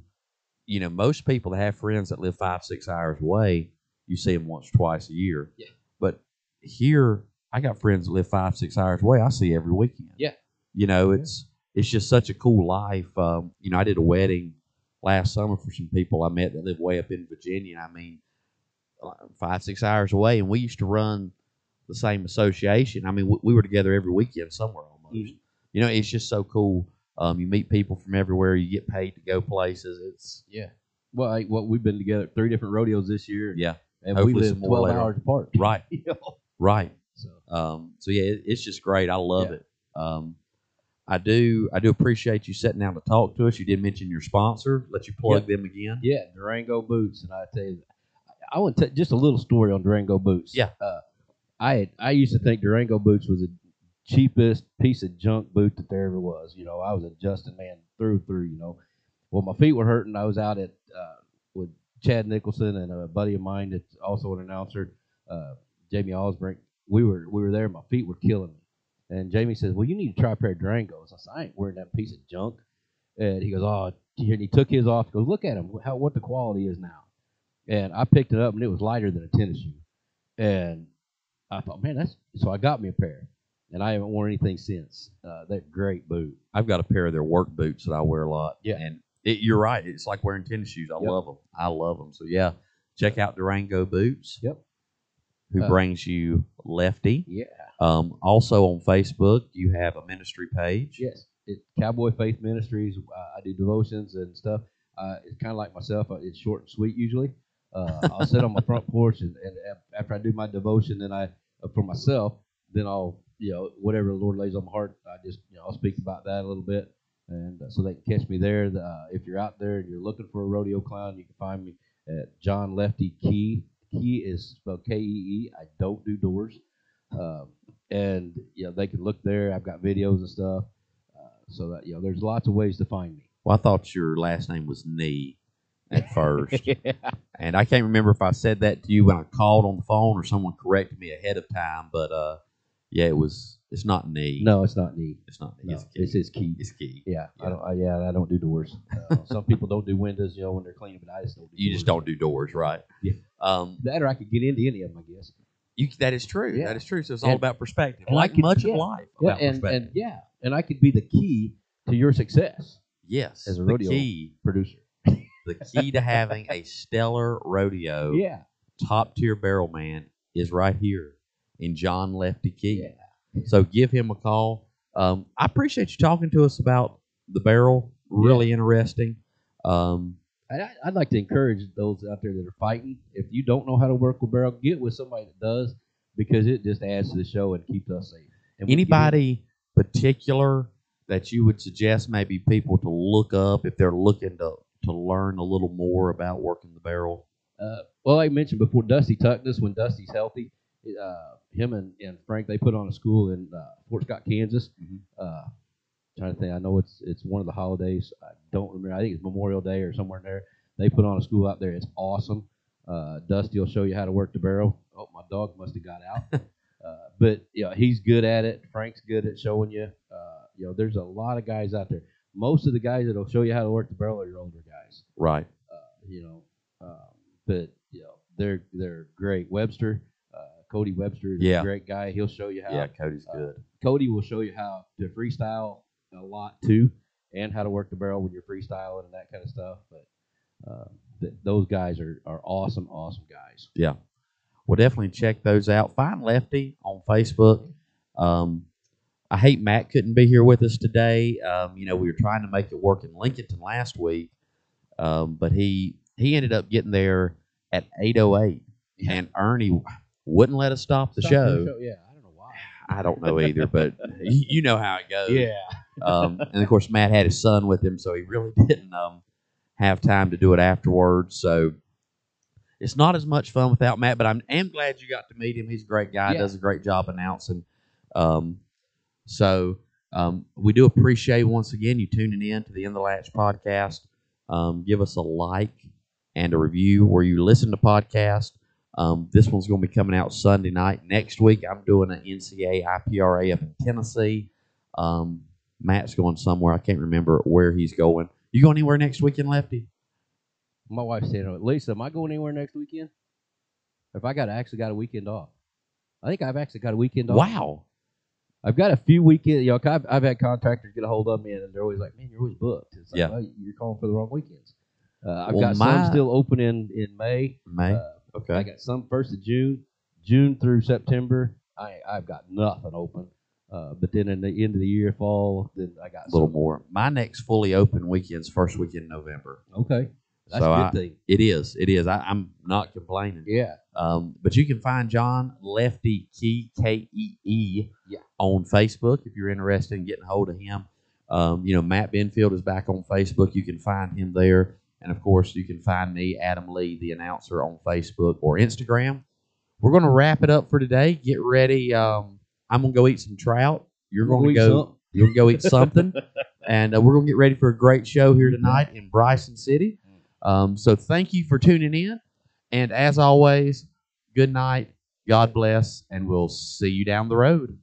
you know, most people that have friends that live five, six hours away, you see them once or twice a year. Yeah. But here, I got friends that live five, six hours away. I see every weekend. Yeah. You know, Yeah. it's it's just such a cool life. Um, you know, I did a wedding last summer for some people I met that live way up in Virginia. and I mean, like five, six hours away, and we used to run the same association. I mean, we, we were together every weekend somewhere almost. Mhm. You know, it's just so cool. Um, you meet people from everywhere. You get paid to go places. It's Yeah. Well, like, what we've been together at three different rodeos this year, yeah, and we hopefully live some more twelve later. hours apart. right, [laughs] You know? right. So Um, so yeah, it, it's just great. I love Yeah. it. Um, I do, I do appreciate you sitting down to talk to us. You did mention your sponsor. Let you plug them again. Yeah, Durango boots, and I tell you, I want to just a little story on Durango boots. Yeah. uh, I had, I used to think Durango boots was the cheapest piece of junk boot that there ever was. You know, I was a Justin man through and through. You know, well my feet were hurting. I was out at uh, with Chad Nicholson and a buddy of mine that's also an announcer, uh, Jamie Osbrink. We were we were there. My feet were killing me. And Jamie says, "Well, you need to try a pair of Durangos." I said, "I ain't wearing that piece of junk." And he goes, "Oh," and he took his off. He goes, "Look at him. How what the quality is now." And I picked it up, and it was lighter than a tennis shoe. And I thought, man, that's so. I got me a pair, and I haven't worn anything since. Uh, they're great boot. I've got a pair of their work boots that I wear a lot. Yeah. And it, you're right. It's like wearing tennis shoes. I Yep. love them. I love them. So, yeah, check out Durango Boots. Yep. Who Uh, brings you Lefty. Yeah. Um, also on Facebook, you have a ministry page. Yes. It's Cowboy Faith Ministries. Uh, I do devotions and stuff. Uh, it's kind of like myself. uh, It's short and sweet usually. Uh, I'll sit on my front porch, and, and af- after I do my devotion, then I uh, for myself, then I'll you know whatever the Lord lays on my heart, I just you know I'll speak about that a little bit, and uh, so they can catch me there. The, Uh, if you're out there and you're looking for a rodeo clown, you can find me at John Lefty Key. Key is spelled K E E. I don't do doors. Um, and you know, they can look there. I've got videos and stuff. Uh, so that you know, there's lots of ways to find me. Well, I thought your last name was Knee [laughs] at [laughs] first, and I can't remember if I said that to you when I called on the phone or someone corrected me ahead of time. But uh, yeah, it was. It's not Knee. No, it's not me. it's not. No, it's Key. this is Key. It's Key. Yeah, Yeah. I don't. I, yeah, I don't [laughs] do doors. Uh, some people don't do windows, you know, when they're cleaning, but I just don't. Do You just doors. don't do doors, right? Yeah. Um, That, or I could get into any of them, I guess. you, that is true. Yeah. That is true. So it's all And- about perspective, and I like can- much yeah. of life. Yeah, about and, perspective. and yeah, and I could be the key to your success, yes, as a the rodeo key, producer. the key to having a stellar rodeo, [laughs] Yeah, top tier barrel man, is right here in John Lefty Key. yeah. So give him a call. Um, I appreciate you talking to us about the barrel. Really interesting. Um, And I, I'd like to encourage those out there that are fighting. If you don't know how to work with barrel, get with somebody that does, because it just adds to the show and keeps us safe. And we give it- anybody particular that you would suggest maybe people to look up if they're looking to to learn a little more about working the barrel? Uh, well, I mentioned before, Dusty Tuckness, when Dusty's healthy, uh, him and, and Frank, they put on a school in uh, Fort Scott, Kansas. Mhm. Uh, trying to think, I know it's it's one of the holidays. I don't remember. I think it's Memorial Day or somewhere in there. They put on a school out there. It's awesome. Uh, Dusty will show you how to work the barrel. Oh, my dog must have got out. uh, but you know, he's good at it. Frank's good at showing you. Uh, you know, there's a lot of guys out there. Most of the guys that'll show you how to work the barrel are your older guys Right. uh, you know, um, but you know they're they're great. Webster, uh, Cody Webster is Yeah. a great guy. He'll show you how. Yeah, Cody's uh, good. Cody will show you how to freestyle a lot too, and how to work the barrel when you're freestyling and that kind of stuff. But uh, th- those guys are are awesome, awesome guys. Well, definitely check those out. Find Lefty on Facebook. Um, I hate Matt couldn't be here with us today. Um, you know, we were trying to make it work in Lincolnton last week, um, but he he ended up getting there at eight oh eight, Yeah. and Ernie wouldn't let us stop the Stop show. yeah, I don't know [sighs] why. I don't know either, [laughs] but you, you know how it goes. Yeah, Um, and of course, Matt had his son with him, so he really [laughs] didn't um, have time to do it afterwards. So it's not as much fun without Matt, but I'm am glad you got to meet him. He's a great guy, Yeah. does a great job announcing. Um, so um, we do appreciate once again you tuning in to the In the Latch podcast. Um, give us a like and a review where you listen to podcasts. Um, this one's going to be coming out Sunday night. Next week, I'm doing an NCA IPRA up in Tennessee. Um, Matt's going somewhere. I can't remember where he's going. You going anywhere next weekend, Lefty? my wife said, "Oh, "Lisa, am I going anywhere next weekend? If I got I actually got a weekend off, I think I've actually got a weekend off. Wow. I've got a few weekend, you know, I've, I've had contractors get a hold of me and they're always like, man, you're always booked. It's like, Yeah. well, you're calling for the wrong weekends. Uh, I've Well, got my- some still open in, in May. May. Uh, okay. I got some first of June, June through September. I, I've got nothing open. Uh, but then in the end of the year, fall, then I got a little some- more. My next fully open weekend's first weekend in November. Okay. That's So a good I- thing. It is. It is. I, I'm not complaining. Yeah. Um, but you can find John Lefty Key K E E Yeah. on Facebook if you're interested in getting hold of him. Um, you know, Matt Benfield is back on Facebook. You can find him there. And of course, you can find me, Adam Lee, the announcer, on Facebook or Instagram. We're going to wrap it up for today. Get ready. Um, I'm going to go eat some trout. You're going to We'll eat go. some. You're going to go eat something. and uh, we're going to get ready for a great show here tonight in Bryson City. Um, so thank you for tuning in. And as always, good night, God bless, and we'll see you down the road.